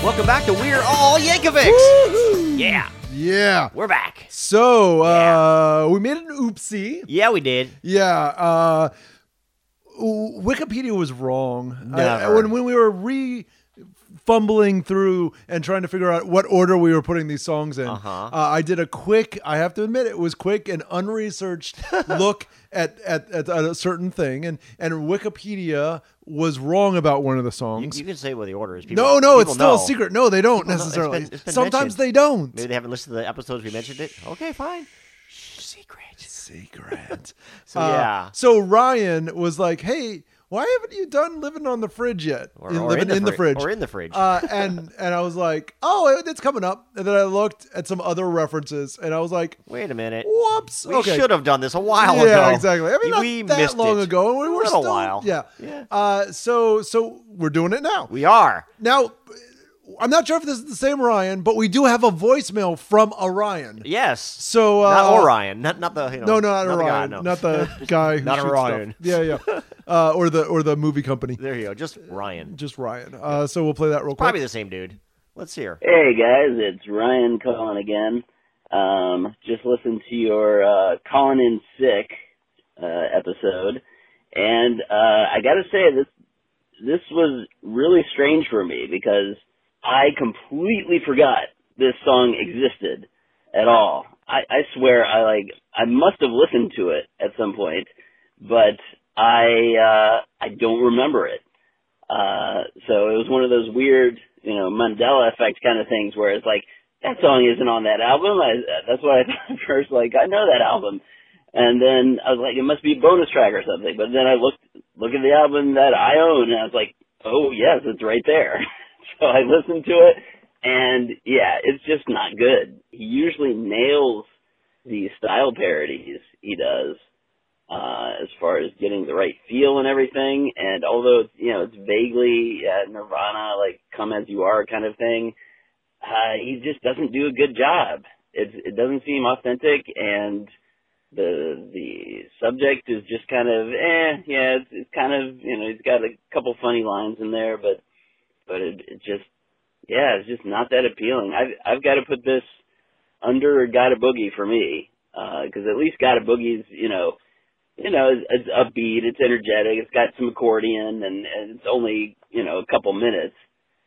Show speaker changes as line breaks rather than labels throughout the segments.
Welcome back to We're All Yankovics. Yeah,
Yeah.
we're back.
So uh, we made an oopsie.
Yeah, we did.
Yeah. Uh, w- Wikipedia was wrong. I- I-
Never.
when when we were re fumbling through and trying to figure out what order we were putting these songs in,
Uh-huh.
uh, I did a quick. I have to admit, it was quick and unresearched look at, at at a certain thing, and and Wikipedia was wrong about one of the
You,
songs.
you can say what the order is. People,
no, no, it's
people
still a
know.
secret. No, they don't
People know. It's
necessarily.
been- it's been
Sometimes
mentioned.
they don't.
Maybe they haven't listened to the episodes we mentioned it. Okay, fine. Secret.
secret.
So,
Uh,
yeah.
So Ryan was like, "Hey, why haven't you done living on the fridge yet?
Or-
You
or
living
in the
in the
fri-
fridge
or in the fridge.
uh, and and I was like, "Oh, it- it's coming up." And then I looked at some other references, and I was like,
Wait a minute.
"Whoops,
We
okay."
should have done this a while
yeah,
ago.
exactly. I mean, not
we
that
missed
long
it.
ago, and we were
Not
still,
a while.
Yeah.
Yeah.
Uh, so so we're doing it now.
We are.
now, I'm not sure if this is the same Ryan, but we do have a voicemail from Orion.
Yes.
So uh,
not Orion. Not not the you know,
No, no, not,
not the guy,
Orion.
no.
Not the guy. Who
Not
shoots stuff.
Orion.
Yeah, yeah. Uh, or the or the movie company.
There you go. Just Ryan.
Just Ryan. Uh, so we'll play that real quick.
Probably the same dude. Let's hear.
Hey guys, it's Ryan calling again. Um, just listened to your uh, calling in sick uh, episode, and uh, I got to say this this was really strange for me because I completely forgot this song existed at all. I, I swear I like I must have listened to it at some point, but I uh, I don't remember it. Uh, so it was one of those weird, you know, Mandela effect kind of things where it's like, that song isn't on that album. I, that's what I thought at first, like, I know that album. And then I was like, it must be a bonus track or something. But then I looked, look at the album that I own and I was like, oh yes, it's right there. so I listened to it and yeah, it's just not good. He usually nails the style parodies he does uh, as far as getting the right feel and everything. And although it's, you know it's vaguely uh, Nirvana, like "Come as You Are" kind of thing, uh, he just doesn't do a good job. It it doesn't seem authentic, and the the subject is just kind of eh, yeah, it's, it's kind of you know he's got a couple funny lines in there, but but it, it just yeah, it's just not that appealing. I've I've got to put this under "Got a Boogie" for me because at least "Got a Boogie's you know you know, it's, it's upbeat, it's energetic, it's got some accordion, and, and it's only, you know, a couple minutes,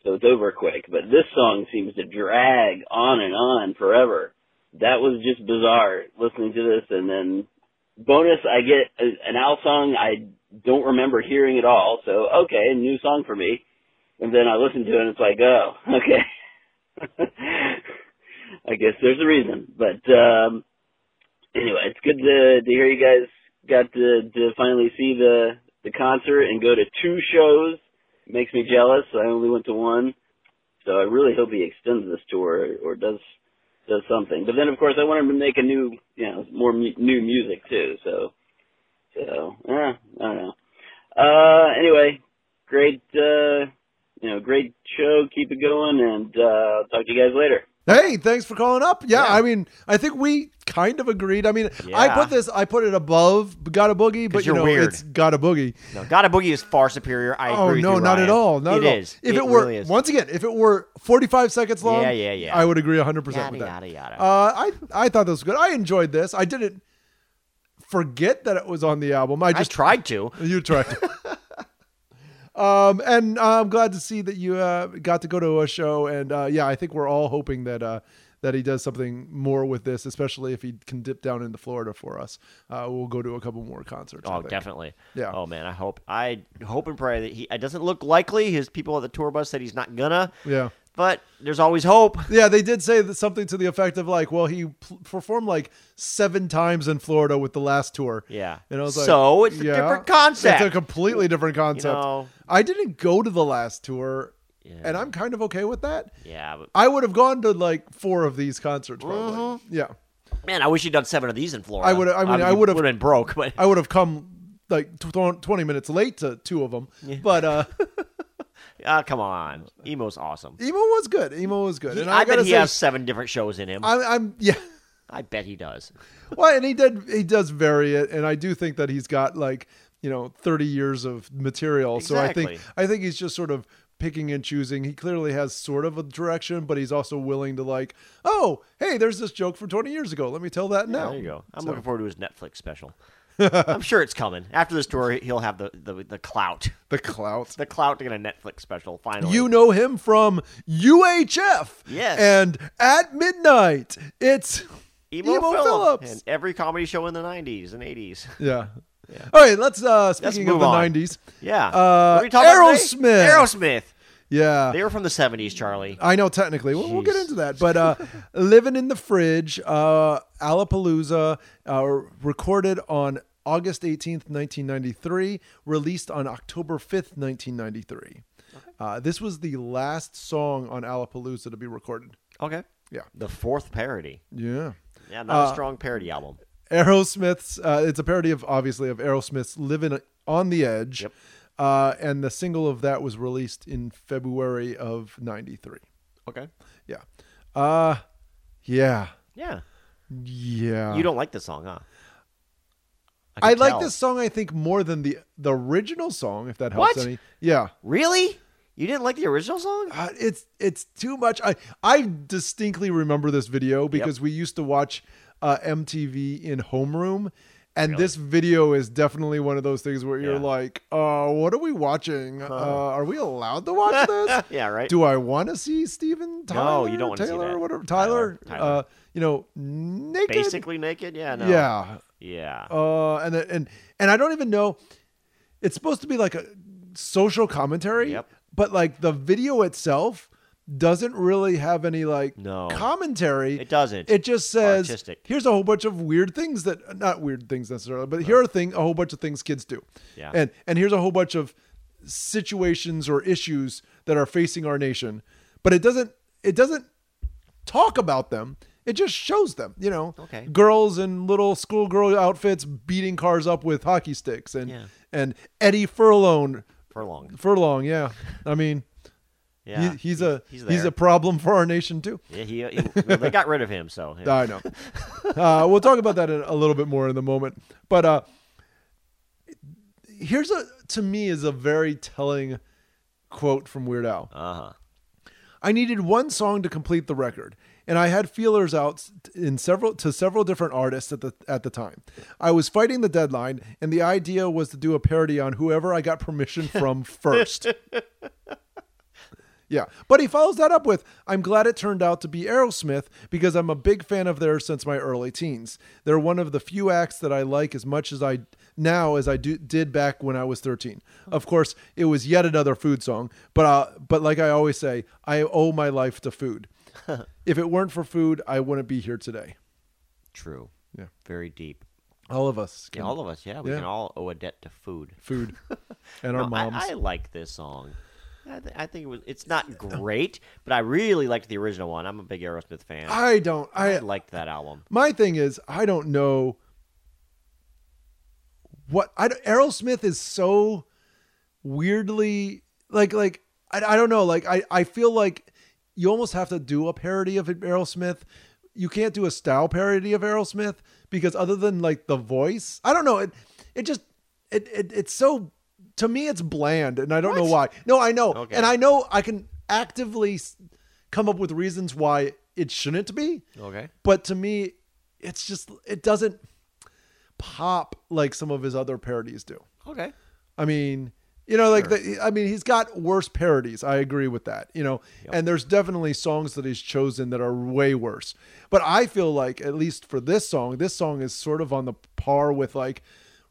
so it's over quick. But this song seems to drag on and on forever. That was just bizarre listening to this. And then, bonus, I get a, an Al song I don't remember hearing at all, so okay, a new song for me. And then I listen to it and it's like, oh, okay. I guess there's a reason. But, um, anyway, it's good to, to hear you guys got to, to finally see the, the concert and go to two shows. Makes me jealous. I only went to one. So I really hope he extends this tour or does does something. But then of course I want him to make a new, you know, more mu- new music too. So so eh, I don't know. Uh anyway, great uh you know, great show. Keep it going and uh I'll talk to you guys later.
Hey, thanks for calling up. Yeah,
Yeah.
I mean, I think we kind of agreed. I mean, I
Yeah.
put this, I put it above "Got a Boogie," but you
you're
know,
weird.
it's "Got a Boogie."
No, Gotta Boogie is far superior. I
Oh
agree
no,
with you,
not
Ryan.
at all. Not
It
at all.
is.
If it, were
really is.
once again, if it were forty-five seconds long,
Yeah, yeah, yeah.
I would agree hundred percent
yada,
with that.
yada yada.
Uh, I I thought this was good. I enjoyed this. I didn't forget that it was on the album. I
I
just
tried to.
You tried. um, and I'm glad to see that you uh, got to go to a show. And uh, yeah, I think we're all hoping that uh, that he does something more with this, especially if he can dip down into Florida for us. Uh, we'll go to a couple more concerts. I
Oh,
think.
definitely.
Yeah.
Oh man, I hope I hope and pray that he. It doesn't look likely. His people at the tour bus said he's not gonna.
Yeah.
But there's always hope.
Yeah, they did say that something to the effect of like, well, he p- performed like seven times in Florida with the last tour.
Yeah.
And I was like,
So it's a different concept.
It's a completely different concept.
know.
I didn't go to the last tour,
Yeah.
and I'm kind of okay with that.
Yeah. But
I would have gone to like four of these concerts probably.
Mm-hmm.
Yeah.
man, I wish you'd done seven of these in Florida.
I would've- I mean, I
you
would've-
been broke, but
I would have come like tw- tw- 20 minutes late to two of them. But uh
ah, come on, emo's awesome.
Emo was good. Emo was good.
He-
and
I,
I,
bet
gotta
he
say,
has seven different shows in him. I,
I'm, I'm yeah.
bet he does.
Well, and he did he does vary it and I do think that he's got like, you know, 30 years of material. So I think
Exactly.
I think he's just sort of picking and choosing. He clearly has sort of a direction, but he's also willing to like, oh, hey, there's this joke from 20 years ago. Let me tell that now.
There you go. I'm
So-
looking forward to his Netflix special. I'm sure it's coming. After this tour, he'll have the, the, the clout.
The clout.
The clout to get a Netflix special, finally.
You know him from UHF.
Yes.
And at midnight, it's
Emo,
Emo
Phillips.
Phillips.
And every comedy show in the 90s and 80s.
yeah. All right, let's uh speaking of
move
the
on.
90s.
Yeah.
Uh,
What are we talking about
Aerosmith.
today? Aerosmith.
Yeah.
They were from the 70s, Charlie.
I know technically. We'll, we'll get
Jeez.
into that. But uh, Living in the Fridge, uh, Alapalooza, uh, recorded on August 18th, 1993, released on October 5th, 1993. Uh, this was the last song on Alapalooza to be recorded.
Okay.
Yeah. Uh,
The fourth parody.
Yeah.
Yeah, not a strong parody album.
Aerosmith's, uh, it's a parody of, obviously, of Aerosmith's Living on the Edge.
Yep.
Uh, and the single of that was released in February of 93.
Okay.
Yeah. Uh, yeah.
Yeah.
Yeah.
You don't like the song, huh? can
Uh, I like
tell.
this song, I think, more than the the original song, if that helps
What?
any. Yeah.
Really? You didn't like the original song?
Uh, it's it's too much. I I distinctly remember this video because we used to watch uh, MTV in homeroom, and this video is definitely one of those things where you're
Yeah.
like, uh, what are we watching? Uh, are we allowed to watch this?
Yeah, right.
Do I want to see Steven Tyler?
No, you don't wanna see
Taylor,
that.
Whatever, Tyler.
Tyler, Tyler.
Uh, you know, naked.
Basically naked? Yeah, no.
Yeah.
Yeah.
uh, and then- and and I don't even know. It's supposed to be like a social commentary,
Yep.
but like the video itself doesn't really have any like
No.
commentary.
It doesn't.
It just says
Artistic.
here's a whole bunch of weird things that not weird things necessarily, but here are thing a whole bunch of things kids do.
Yeah.
And and here's a whole bunch of situations or issues that are facing our nation. But it doesn't it doesn't talk about them. It just shows them, you know.
Okay.
Girls in little schoolgirl outfits beating cars up with hockey sticks and
Yeah.
and Eddie Furlong
For long.
Furlong, yeah. I mean,
Yeah.
he, he's a
he's
he's,
there.
a problem for our nation too.
Yeah, he, he- well, they got rid of him, so yeah.
I know. uh, we'll talk about that in, a little bit more in the moment. But uh, here's a to me is a very telling quote from Weird Al.
Uh-huh.
I needed one song to complete the record, and I had feelers out in several to several different artists at the at the time. I was fighting the deadline, and the idea was to do a parody on whoever I got permission from first. Yeah, but he follows that up with I'm glad it turned out to be Aerosmith because I'm a big fan of theirs since my early teens. They're one of the few acts that I like as much as I now as I do, did back when I was 13. Of course, it was yet another food song, but uh, but like I always say, I owe my life to food. if it weren't for food, I wouldn't be here today.
True.
Yeah.
Very deep.
All of us.
Yeah, all of us, yeah. We
Yeah.
can all owe a debt to food.
food and
No,
our moms.
I, I like this song. I, th- I think it was. It's not great, but I really liked the original one. I'm a big Aerosmith fan. I,
I don't I
liked that album.
My thing is, I don't know what I don't- Aerosmith is so weirdly like like I, I don't know like I I feel like you almost have to do a parody of Aerosmith. You can't do a style parody of Aerosmith because other than like the voice, I don't know it. It just it, it it's so to me it's bland, and I don't know why. No, I know,
Okay.
and I know I can actively s- come up with reasons why it shouldn't be
Okay.
but to me it's just it doesn't pop like some of his other parodies do
Okay.
i mean you know like the, i mean he's got worse parodies i agree with that you know and there's definitely songs that he's chosen that are way worse but i feel like at least for this song this song is sort of on the par with like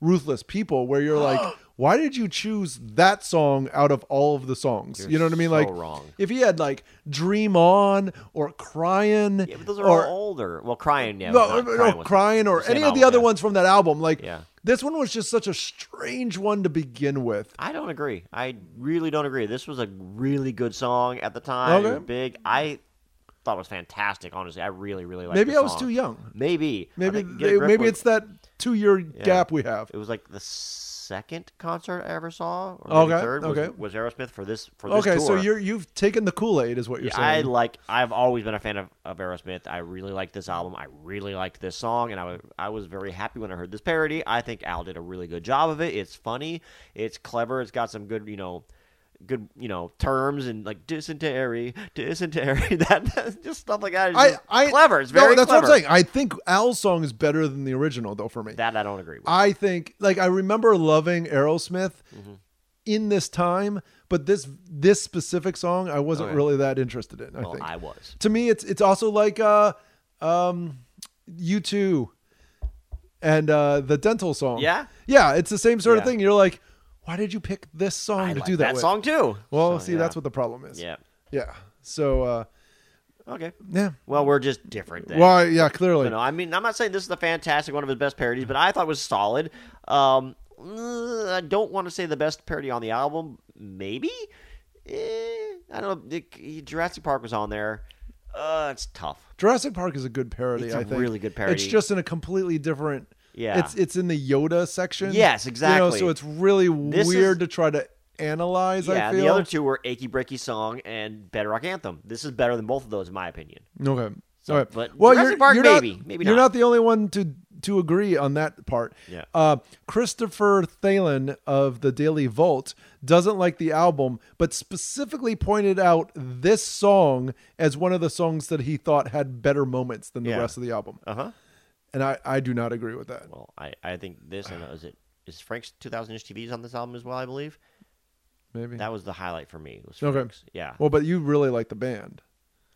ruthless people where you're like why did you choose that song out of all of the songs
You're
you know what i mean
so
like
wrong.
if he had like dream on or crying
Yeah, but those are
or
all older. Well, crying. Yeah.
no,
was
no,
not-
crying,
was-
or
the same
any of
album,
the other
yeah.
ones from that album. Like,
Yeah.
this one was just such a strange one to begin with.
I don't agree. I really don't agree. This was a really good song at the time. It
Okay.
was big. I thought it was fantastic. Honestly, I really, really liked.
Maybe
the
I was
song.
too young.
Maybe. I
Maybe
think Get a
they-
Grip
maybe
was-
it's that two year gap we have.
It was like the second concert I ever saw. Or maybe
Okay,
Third was,
okay.
was Aerosmith for this for this
Okay,
tour.
so you're you've taken the Kool Aid, is what you're
Yeah, I
saying.
like. I've always been a fan of, of Aerosmith. I really liked this album. I really liked this song, and I was I was very happy when I heard this parody. I think Al did a really good job of it. It's funny. It's clever. It's got some good, you know, good, you know, terms and like dysentery, dysentery, that, that- just stuff like that. It's
I,
just
I
clever. It's
no,
very
that's
clever.
what I'm saying. I think Al's song is better than the original, though. For me,
That I don't agree with.
I think like I remember loving Aerosmith
Mm-hmm.
in this time, but this this specific song I wasn't
Okay.
really that interested in. I
well,
think
I was.
to me it's it's also like uh um you two and uh the dental song.
Yeah?
Yeah, it's the same sort of
Yeah.
thing. You're like, why did you pick this song
I
to
like
do that,
that
with?
song too.
Well,
So,
see,
yeah.
that's what the problem is.
Yeah.
Yeah. So uh
Okay.
yeah.
Well, we're just different then.
Well, yeah, clearly.
You know, I mean, I'm not saying this is a fantastic one of his best parodies, but I thought it was solid. Um, uh, I don't want to say the best parody on the album. Maybe Eh, I don't know. It- Jurassic Park was on there. Uh, it's tough.
Jurassic Park is a good parody.
It's a
I think
really good parody.
It's just in a completely different.
Yeah.
It's it's in the Yoda section.
Yes,
you know,
exactly.
so it's really
This
weird
is-
to try to analyze.
yeah,
I
and
feel.
the other two were "Achy Breaky Song" and "Bedrock Anthem." This is better than both of those, in my opinion.
okay.
So,
All right.
but
well,
Jurassic
you're,
Park,
you're not-
maybe. Maybe
you're
not.
not the only one to to agree on that part.
Yeah.
Uh, Christopher Thalen of the Daily Vault doesn't like the album, but specifically pointed out this song as one of the songs that he thought had better moments than the
Yeah.
rest of the album.
Uh huh.
And I, I do not agree with that.
Well, I, I think this and uh, is it is Frank's 2000 inch TVs on this album as well. I believe
Maybe.
that was the highlight for me. Was
Okay.
Frank's. Yeah.
Well, but you really like the band.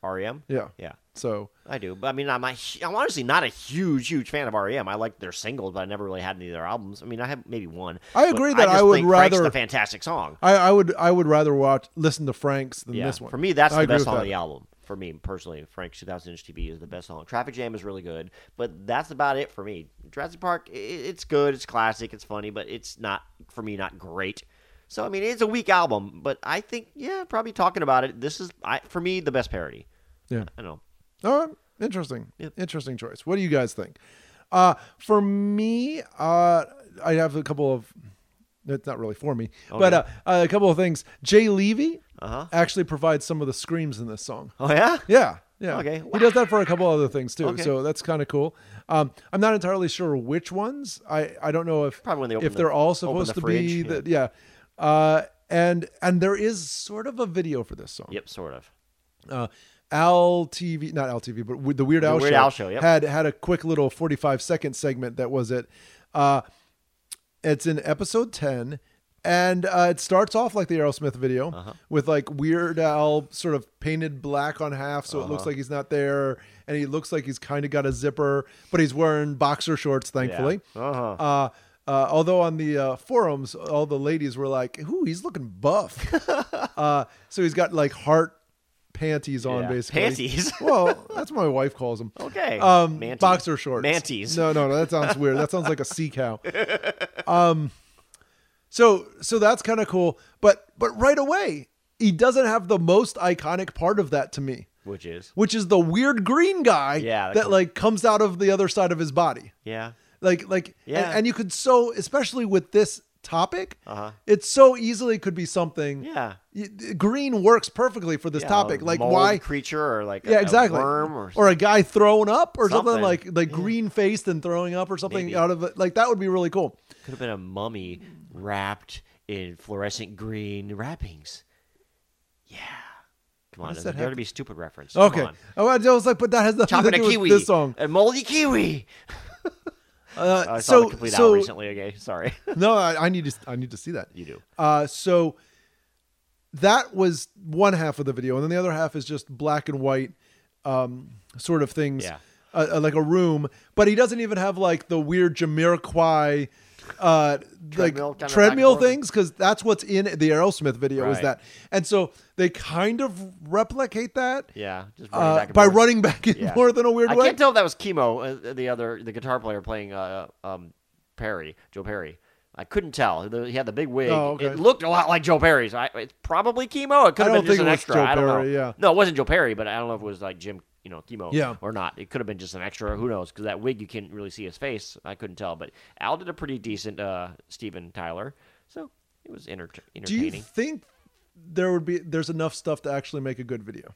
REM.
Yeah.
Yeah.
So
I do, but I mean, I'm a, hu- I'm honestly not a huge, huge fan of REM. I like their singles, but I never really had any of their albums. I mean, I have maybe one.
I
but
agree that
just
I would
think Frank's
rather-
the fantastic song.
I, I would I would rather watch listen to Frank's than
yeah,
this one.
for me, that's
I
the
agree
best
with
song on
that.
the album. For me personally, Frank's 2000 Inch TV is the best song. Traffic Jam is really good, but that's about it for me. Jurassic Park, i- i- it's good, it's classic, it's funny, but it's not for me not great. So I mean, it's a weak album, but I think yeah, probably talking about it, this is I, for me the best parody.
Yeah.
I know.
All right. Interesting.
Yep.
Interesting choice. What do you guys think? Uh for me, uh I have a couple of it's not really for me,
Oh,
but uh, uh, a couple of things. Jay Levy
Uh-huh.
actually provides some of the screams in this song.
Oh yeah.
Yeah. Yeah.
Okay.
He does that for a couple other things too.
Okay.
So that's kind of cool. Um, I'm not entirely sure which ones. I, I don't know if
Probably when they open
if
the-
they're all
open
supposed
the
to be
fridge, yeah.
that yeah. Uh, and and there is sort of a video for this song.
Yep, sort of.
Uh, Al TV, not Al TV, but with the Weird Al
Weird
show,
Al Show, yep.
had had a quick little 45 second segment that was it. Uh, it's in episode 10 and uh, it starts off like the aerosmith video
Uh-huh.
with like weird al sort of painted black on half so it
Uh-huh.
looks like he's not there and he looks like he's kind of got a zipper but he's wearing boxer shorts thankfully
Uh-huh.
uh, uh, although on the uh, forums all the ladies were like ooh he's looking buff uh, so he's got like heart panties on
Yeah.
basically
Panties?
well that's what my wife calls them
Okay.
um,
Mantis.
boxer shorts.
Mantis.
No, no, no. That sounds weird. That sounds like a sea cow. Um, so so that's kind of cool. But but right away, he doesn't have the most iconic part of that to me,
Which is
which is the weird green guy
Yeah, that
that
comes-
like comes out of the other side of his body.
yeah.
Like like and-
Yeah.
and, you could so especially with this topic,
Uh-huh.
it so easily could be something.
Yeah.
Y- Green works perfectly for this
Yeah,
topic.
a
Like
mold
why
creature or like a-
yeah,
a
exactly.
worm or,
a guy throwing up or something,
Something.
like like green faced and throwing up or something
Maybe.
out of it. Like that would be really cool.
could have been a mummy wrapped in fluorescent green wrappings. Yeah. Come on, there's
does that
got to
happen?
be stupid reference. Come
Okay.
on.
Oh, I was like, but that has nothing
Chopping
to
a
do
kiwi.
with this song.
A moldy kiwi.
Uh,
I saw
so
the complete
so
out recently again. Sorry.
no, I, I need to I need to see that.
you do.
Uh, so that was one half of the video, and then the other half is just black and white um, sort of things,
Yeah.
uh, uh, like a room. But he doesn't even have like the weird Jamiroquai uh,
Treadmill
like
kinda
treadmill
back and forth.
things because that's what's in the Aerosmith video is
Right.
that, and so they kind of replicate that
Yeah. Just running
uh,
back and
by
forth.
running back and
Yeah.
forth in a weird
I
way.
can't tell if that was chemo. Uh, the other, the guitar player playing uh, um, Perry, Joe Perry. I couldn't tell. The- He had the big wig.
Oh, okay.
It looked a lot like Joe Perry's. I, it's probably chemo. It could
I
have
don't
been just
think
an
it was
extra.
Joe
I don't
Perry,
know.
yeah.
No, it wasn't Joe Perry, but I don't know if it was like Jim, you know, chemo
Yeah.
or not. It could have been just an extra. Who knows? Because that wig, you can't really see his face. I couldn't tell. But Al did a pretty decent uh, Steven Tyler. So it was enter-
do
entertaining.
you think there would be there's enough stuff to actually make a good video?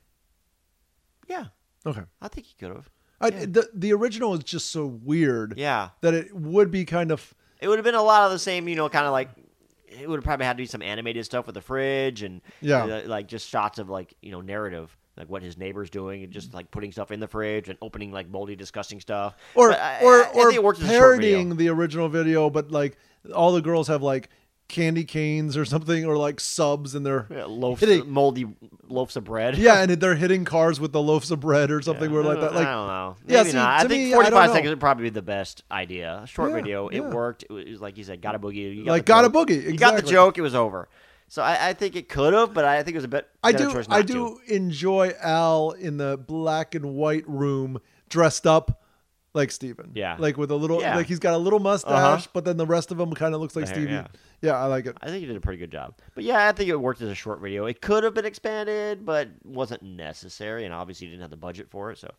yeah.
Okay.
I think he could have.
I, the the original is just so weird
Yeah.
that it would be kind of
It would have been a lot of the same, you know, kind of like it would probably have to be some animated stuff with the fridge and
Yeah.
uh, like just shots of like you know narrative like what his neighbor's doing and just like putting stuff in the fridge and opening like moldy disgusting stuff
or
But uh, I-
or
I- I
or
think it works as a short video.
parodying the original video, but like all the girls have like candy canes or something, or like subs, and they're
Yeah, loafs,
hitting-
moldy loaves of bread
yeah, and they're hitting cars with the loaves of bread or something. Where like that,
I
like
don't know. Maybe
Yeah, see,
not. I
to
think
me, I don't
45
know.
seconds would probably be the best idea. A short
Yeah,
video. It
yeah.
worked. It was like you said, got a boogie. You got
Like,
the
got a
joke.
boogie,
You got the
exactly.
joke. It was over. So I, I think it could have, but I think it was a bit.
I
better
do
Choice not
I
To.
do enjoy Al in the black and white room dressed up. Like Steven.
Yeah.
Like with a little,
Yeah.
like he's got a little mustache,
Uh-huh.
but then the rest of him kind of looks like
hair,
Steven.
yeah.
Yeah. I like it.
I think you did a pretty good job. But yeah, I think it worked as a short video. It could have been expanded, but wasn't necessary, and obviously you didn't have the budget for it. So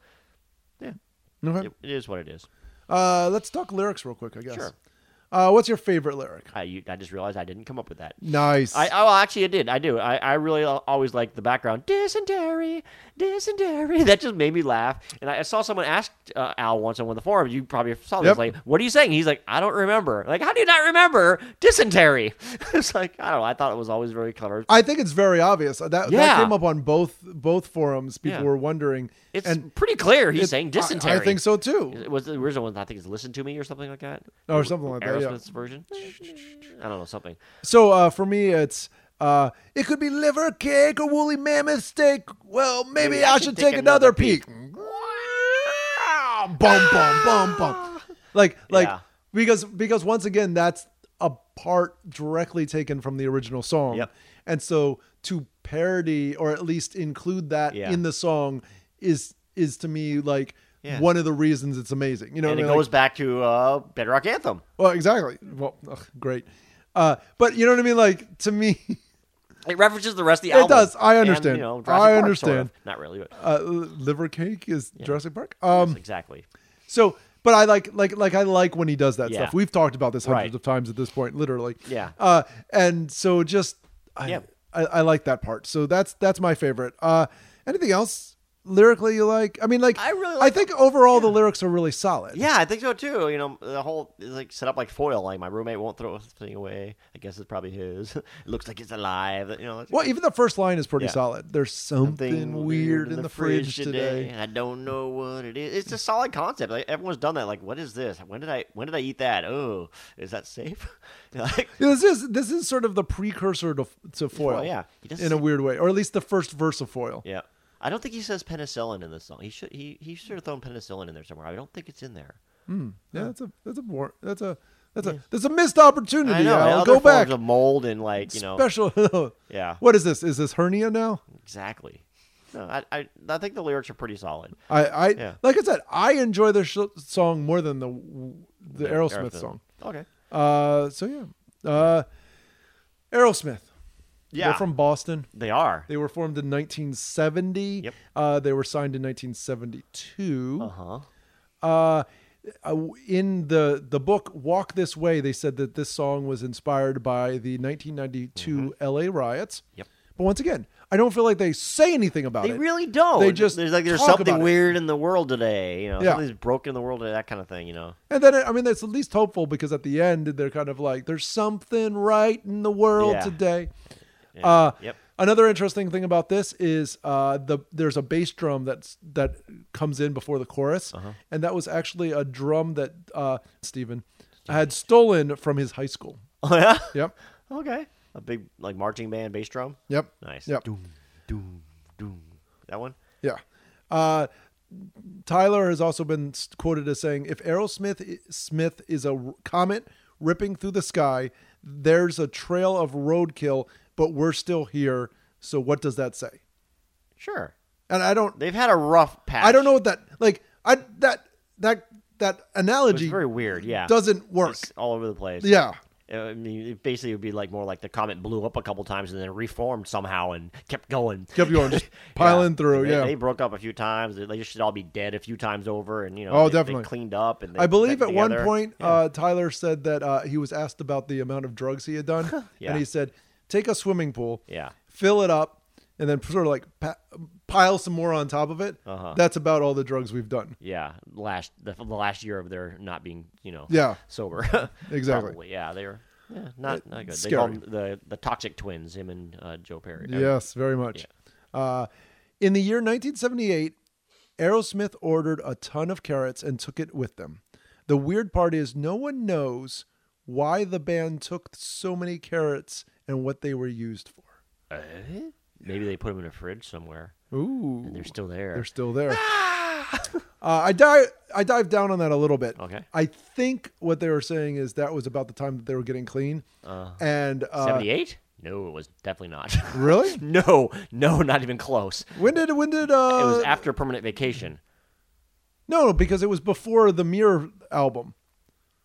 Okay.
it, it is what it is.
Uh, let's talk lyrics real quick, I guess.
Sure.
Uh, what's your favorite lyric?
I, you, I just realized I didn't come up with that.
Nice.
I oh, actually, it did. I do. I, I really al- always like the background dysentery, dysentery. That just made me laugh. And I, I saw someone asked uh, Al once on one of the forums. You probably saw this.
Yep.
Like, what are you saying? He's like, I don't remember. Like, how do you not remember dysentery? it's like I don't know. I thought it was always very clever.
I think it's very obvious. That, that
Yeah.
came up on both both forums. People
Yeah.
were wondering.
It's
and
pretty clear he's
it-
saying
I-
dysentery.
I, think so too.
It was the original one. I think it's "Listen to Me" or something like that,
Or something like that, yeah.
Aerosmith's version. I don't know something.
So uh, for me, it's uh, it could be liver cake or woolly mammoth steak. Well, maybe, I should take, another, peek. bum bum bum bum. Like like
Yeah.
because because once again that's a part directly taken from the original song.
Yep.
And so to parody or at least include that
Yeah.
in the song is is to me like
Yeah.
one of the reasons it's amazing. You know,
And
what
it
I mean?
goes
Like-
back to uh, Bedrock Anthem.
well, exactly. Well, ugh, great. Uh, but you know what I mean? Like to me,
It references the rest of the
It
album.
does. I
And,
understand.
you know, Jurassic
I
Park, sort of.
understand.
Not really, but
uh, liver cake is Jurassic Park. Um,
exactly.
So, but I like like like I like when he does that
Yeah.
stuff. We've talked about this hundreds
Right.
of times at this point, literally.
Yeah.
Uh, and so just I,
Yeah.
I I like that part. So that's that's my favorite. Uh, anything else lyrically you like? I mean, like
I really
I
like-
think overall the lyrics are really solid.
Yeah, I think so too. You know, the whole is like set up like foil. Like my roommate won't throw something away. I guess it's probably his. it looks like it's alive. You know, that's-
Well, even the first line is pretty
Yeah.
solid. There's something, weird in the, fridge today.
I don't know what it is. It's a solid concept. Like, everyone's done that. Like, what is this? When did I? When did I eat that? Oh, is that safe? like,
Yeah, This is this is sort of the precursor to, to foil,
yeah. He doesn't
in a
say-
weird way, or at least the first verse of foil.
yeah. I don't think he says penicillin in this song. He should. He he should have thrown penicillin in there somewhere. I don't think it's in there.
Yeah, that's a that's a war, that's a that's a that's a missed opportunity.
I know. and
Al.
other
Go back.
forms of mold and like you know
Special.
Yeah.
What is this? Is this hernia now?
exactly. No, I, I I think the lyrics are pretty solid.
I I
Yeah.
like I said, I enjoy the sh- song more than the the Aerosmith song.
Okay.
Uh, so yeah, uh, Aerosmith.
Yeah.
They're from Boston.
They are.
They were formed in 1970.
Yep.
Uh, they were signed in 1972.
Uh huh.
uh, in the the book Walk This Way, they said that this song was inspired by the 1992 LA riots.
Mm-hmm. Yep.
But once again, I don't feel like they say anything about
They
it.
really don't.
They just
there's like there's
talk
something
about it.
weird in the world today. You know,
Yeah.
something's broken in the world today. That kind of thing. You know.
and then I mean, that's at least hopeful because at the end they're kind of like, "There's something right in the world
Yeah.
today."
Yeah.
Uh,
yep.
Another interesting thing about this is uh, the there's a bass drum that's that comes in before the chorus,
Uh-huh.
and that was actually a drum that uh, Stephen had stolen from his high school.
Oh yeah.
Yep,
Okay. A big like marching band bass drum.
yep,
Nice.
yep.
Doom doom doom. That one.
Yeah. Uh, Tyler has also been s- quoted as saying, "If Aerosmith i- Smith is a r- comet ripping through the sky, there's a trail of roadkill, but we're still here. So what does that say?"
Sure.
And I don't,
They've had a rough patch.
I don't know what that like. I that that that
It's
analogy
very weird. Yeah.
doesn't work.
It's all over the place.
Yeah,
I mean, it basically would be like more like the comet blew up a couple times and then reformed somehow and kept going.
kept going, just piling
Yeah.
through.
They-
yeah,
they broke up a few times. They they should all be dead a few times over, and you know,
Oh,
they- they
definitely.
cleaned up. And they
I believe
got
at one
together.
point uh, Tyler said that uh, he was asked about the amount of drugs he had done,
Yeah.
and he said, "Take a swimming pool,
Yeah.
fill it up, and then sort of like pa- pile some more on top of it.
Uh-huh.
That's about all the drugs we've done."
yeah, last the, the last year of their not being, you know,
Yeah.
sober.
Exactly.
Probably, yeah, they were Yeah, not not good. They
scary.
call 'em the the toxic twins, him and uh, Joe Perry. I-
Yes, very much. Uh, in the year 1978, Aerosmith ordered a ton of carrots and took it with them. The weird part is, no one knows why the band took so many carrots and what they were used for.
Eh? Maybe they put them in a fridge somewhere.
Ooh,
They're still there.
they're still there. Uh, I dive I dived down on that a little bit.
Ah! Okay.
I think what they were saying is that was about the time that they were getting clean.
Uh,
and uh,
78? no, it was definitely not.
really,
no, no, not even close.
when did when did
It
uh,
was after permanent vacation.
No, no, because it was before the Mirror album.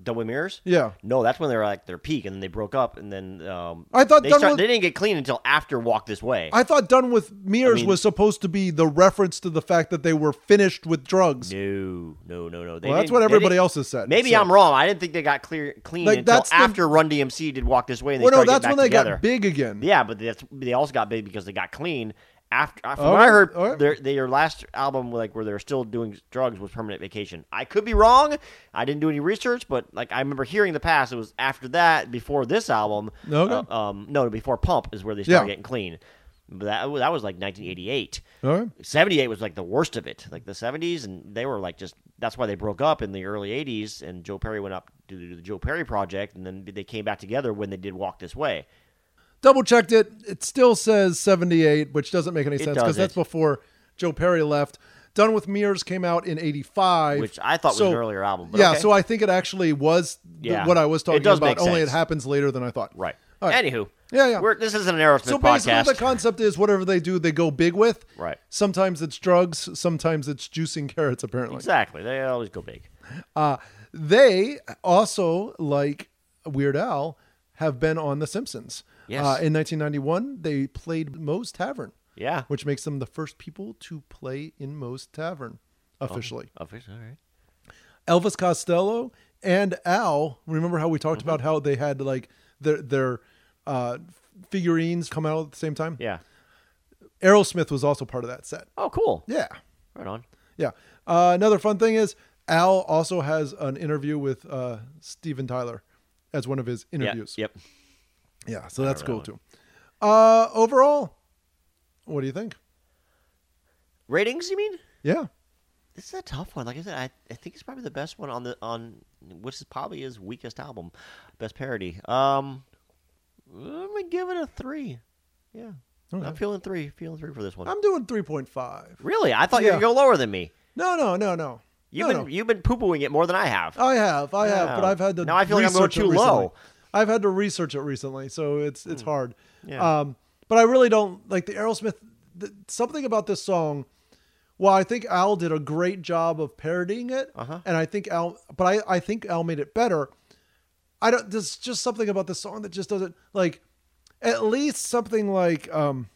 Double mirrors?
Yeah.
No, that's when they were like their peak, and then they broke up, and then um,
I thought
they,
Done
start-
With-
they didn't get clean until after Walk This Way.
I thought Done With Mirrors
I mean-
was supposed to be the reference to the fact that they were finished with drugs.
no, no, no, no. They
well, that's
didn't-
what
they
everybody
didn't-
else has said.
Maybe
Uh, so-
I'm wrong. I didn't think they got clear clean
Like,
until
that's the-
after Run DMC did Walk This Way. And they
Well, no,
started
that's
getting
when
back
they
together.
got big again.
Yeah, but that's they also got big because they got clean. After uh, from
All
what
right,
I heard,
all right.
their their last album, like where they're still doing drugs, was Permanent Vacation. I could be wrong. I didn't do any research, but like I remember hearing in the past, it was after that, before this album.
Okay.
uh, um, no, before Pump is where they started
Yeah.
getting clean. But that that was like 1988.
All right.
78 was like the worst of it like the 70s and they were like just that's why they broke up in the early 80s and joe perry went up to do the joe perry project and then they came back together when they did walk this way
Double checked it. It still says 78, which doesn't make any sense because
doesn't.
that's before Joe Perry left. Done With Mirrors came out in 85.
which i thought
So-
was an earlier album but
yeah,
okay.
so I think it actually was th-
Yeah.
what I was
It
talking
does
about,
make
only it
sense.
happens later than I thought.
right.
All right.
anywho
Yeah, yeah.
we're, this isn't an aerosmith
So basically,
podcast
the concept is whatever they do, they go big with.
Right.
Sometimes it's drugs, sometimes it's juicing carrots. Apparently,
exactly they always go big
uh, they also like Weird Al have been on The Simpsons.
Yes.
Uh, in 1991, they played Moe's Tavern,
yeah
which makes them the first people to play in Moe's Tavern
Oh.
officially.
Obvious, all right.
Elvis Costello and Al. Remember how we talked
Mm-hmm.
about how they had like their their uh, figurines come out at the same time?
yeah
Aerosmith was also part of that set.
oh cool
Yeah.
right on
Yeah. Uh, another fun thing is Al also has an interview with uh, Steven Tyler as one of his
yeah,
interviews.
yep
Yeah. So that's cool too. Uh, overall, what do you think?
ratings you mean
Yeah.
this is a tough one. Like I said, I, I think it's probably the best one on the on which is probably his weakest album, best parody. Um, I'm gonna give it a three. Yeah, I'm
Okay.
feeling three, feeling three for this one.
I'm doing 3.5.
really, I thought
Yeah.
you were gonna go lower than me.
No, no, no, no.
You've
no,
been
no.
you've been poo pooing it more than I have.
I have, I have, but
Oh.
I've had to.
Now I feel like I'm going
research it
too
recently.
low. Hmm.
I've had to research it recently, so it's it's hard.
Yeah.
Um, but I really don't like the Aerosmith. The, something about this song. Well, I think Al did a great job of parodying it,
Uh-huh.
and I think Al, but I I think Al made it better. I don't. There's just something about this song that just doesn't like. At least something like um,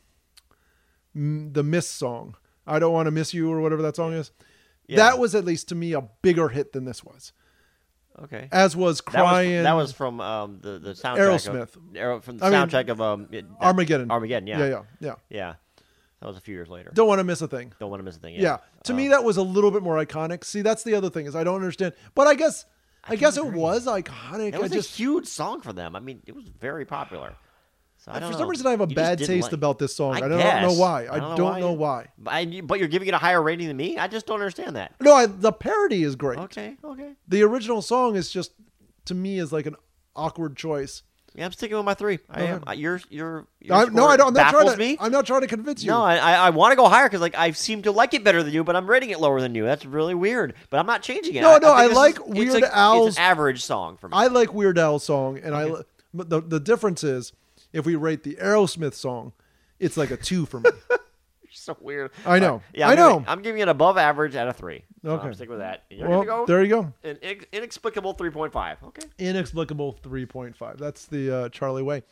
m- the Miss song. I don't want to miss you or whatever that song is.
Yeah.
That was at least to me a bigger hit than this was
okay.
as was
That was,
crying.
that was from um, the the soundtrack of
Aerosmith.
Aero, from the
I mean,
soundtrack of um it- that-
Armageddon.
Armageddon, yeah.
yeah, yeah, yeah.
yeah. That was a few years later. Don't,
Don't want to miss a thing.
want to miss a thing.
Yeah. To
Uh.
me, that was a little bit more iconic. See, that's the other thing is I don't understand, but I guess I, guess it was iconic.
That was
I
a
just
huge song for them. I mean, it was very popular. So I
for
don't
some
know.
reason I have a
You just
bad
didn't
taste
like-
about this song. I, don't,
guess.
know why. I, don't, know,
you-
why.
But, I- but you're giving it a higher rating than me. I just don't understand that.
No, I, the parody is great.
Okay, okay.
The original song is just to me is like an awkward choice.
Yeah, I'm sticking with my three. I am. I, you're. You're.
I, no, I don't. I'm not trying to.
me.
I'm not trying to convince you.
no, I I, I want to go higher because like I seem to like it better than you, but I'm rating it lower than you. That's really weird. But I'm not changing it.
No,
think
no, I
this
like
is-
Weird
it's a-
Al's-
It's an average song for me.
I like Weird Al song, and I li- but the the difference is if we rate the Aerosmith song, it's like a two for me.
You're so weird.
I know.
Uh, yeah,
I
I'm
know.
Giving, I'm giving it above average out of three. So
Okay.
I'm sticking with that. You're
well,
gonna go
there you go.
an inex- inexplicable 3.5. Okay.
Inexplicable three point five. That's the uh, Charlie way.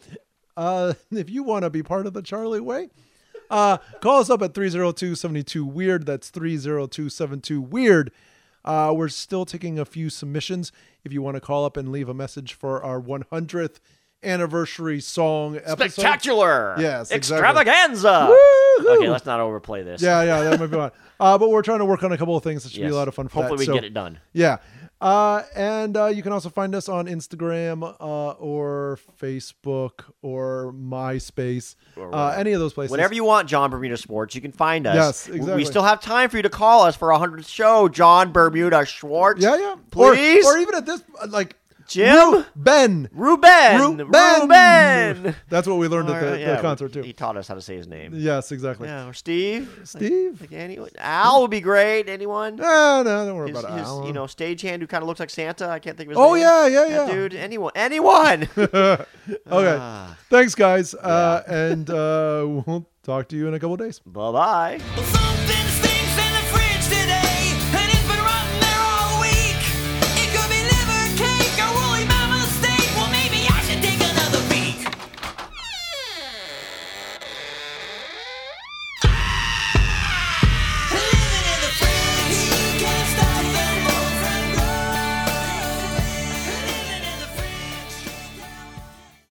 Uh, if you want to be part of the Charlie way, uh, call us up at 302-72 weird. That's 30272 weird. Uh, we're still taking a few submissions. If you want to call up and leave a message for our 100th anniversary song episode.
Spectacular.
Yes, exactly.
Extravaganza.
Woohoo!
Okay, let's not overplay this.
Yeah, yeah, that might be fun. Uh, but we're trying to work on a couple of things that should be
Yes.
a lot of fun. For
Hopefully
that,
we
so-
get it done.
Yeah. Uh, and uh, you can also find us on Instagram uh, or Facebook or MySpace,
Or
uh,
whatever.
any of those places.
Whenever you want, John Bermuda Schwartz, you can find us.
Yes,
W-
exactly.
We still have time for you to call us for our 100th show, John Bermuda Schwartz.
yeah, yeah, Or-
Please?
or, even at this, like
Jim?
Ben,
Ruben.
Ruben.
Ruben.
That's what we learned
Or, uh,
at the,
yeah,
the concert too.
He taught us how to say his name.
yes, exactly.
Yeah, or Steve.
Steve.
Like anyone. Al would be great. Anyone?
Ah, no, don't worry
His,
about it.
his,
Alan.
you know, stagehand who kind of looks like Santa. I can't think of his
Oh,
name.
yeah, yeah, yeah.
Dude, anyone. Anyone.
okay.
Ah.
Thanks, guys. Uh, and uh, we'll talk to you in a couple days.
Bye-bye.
Before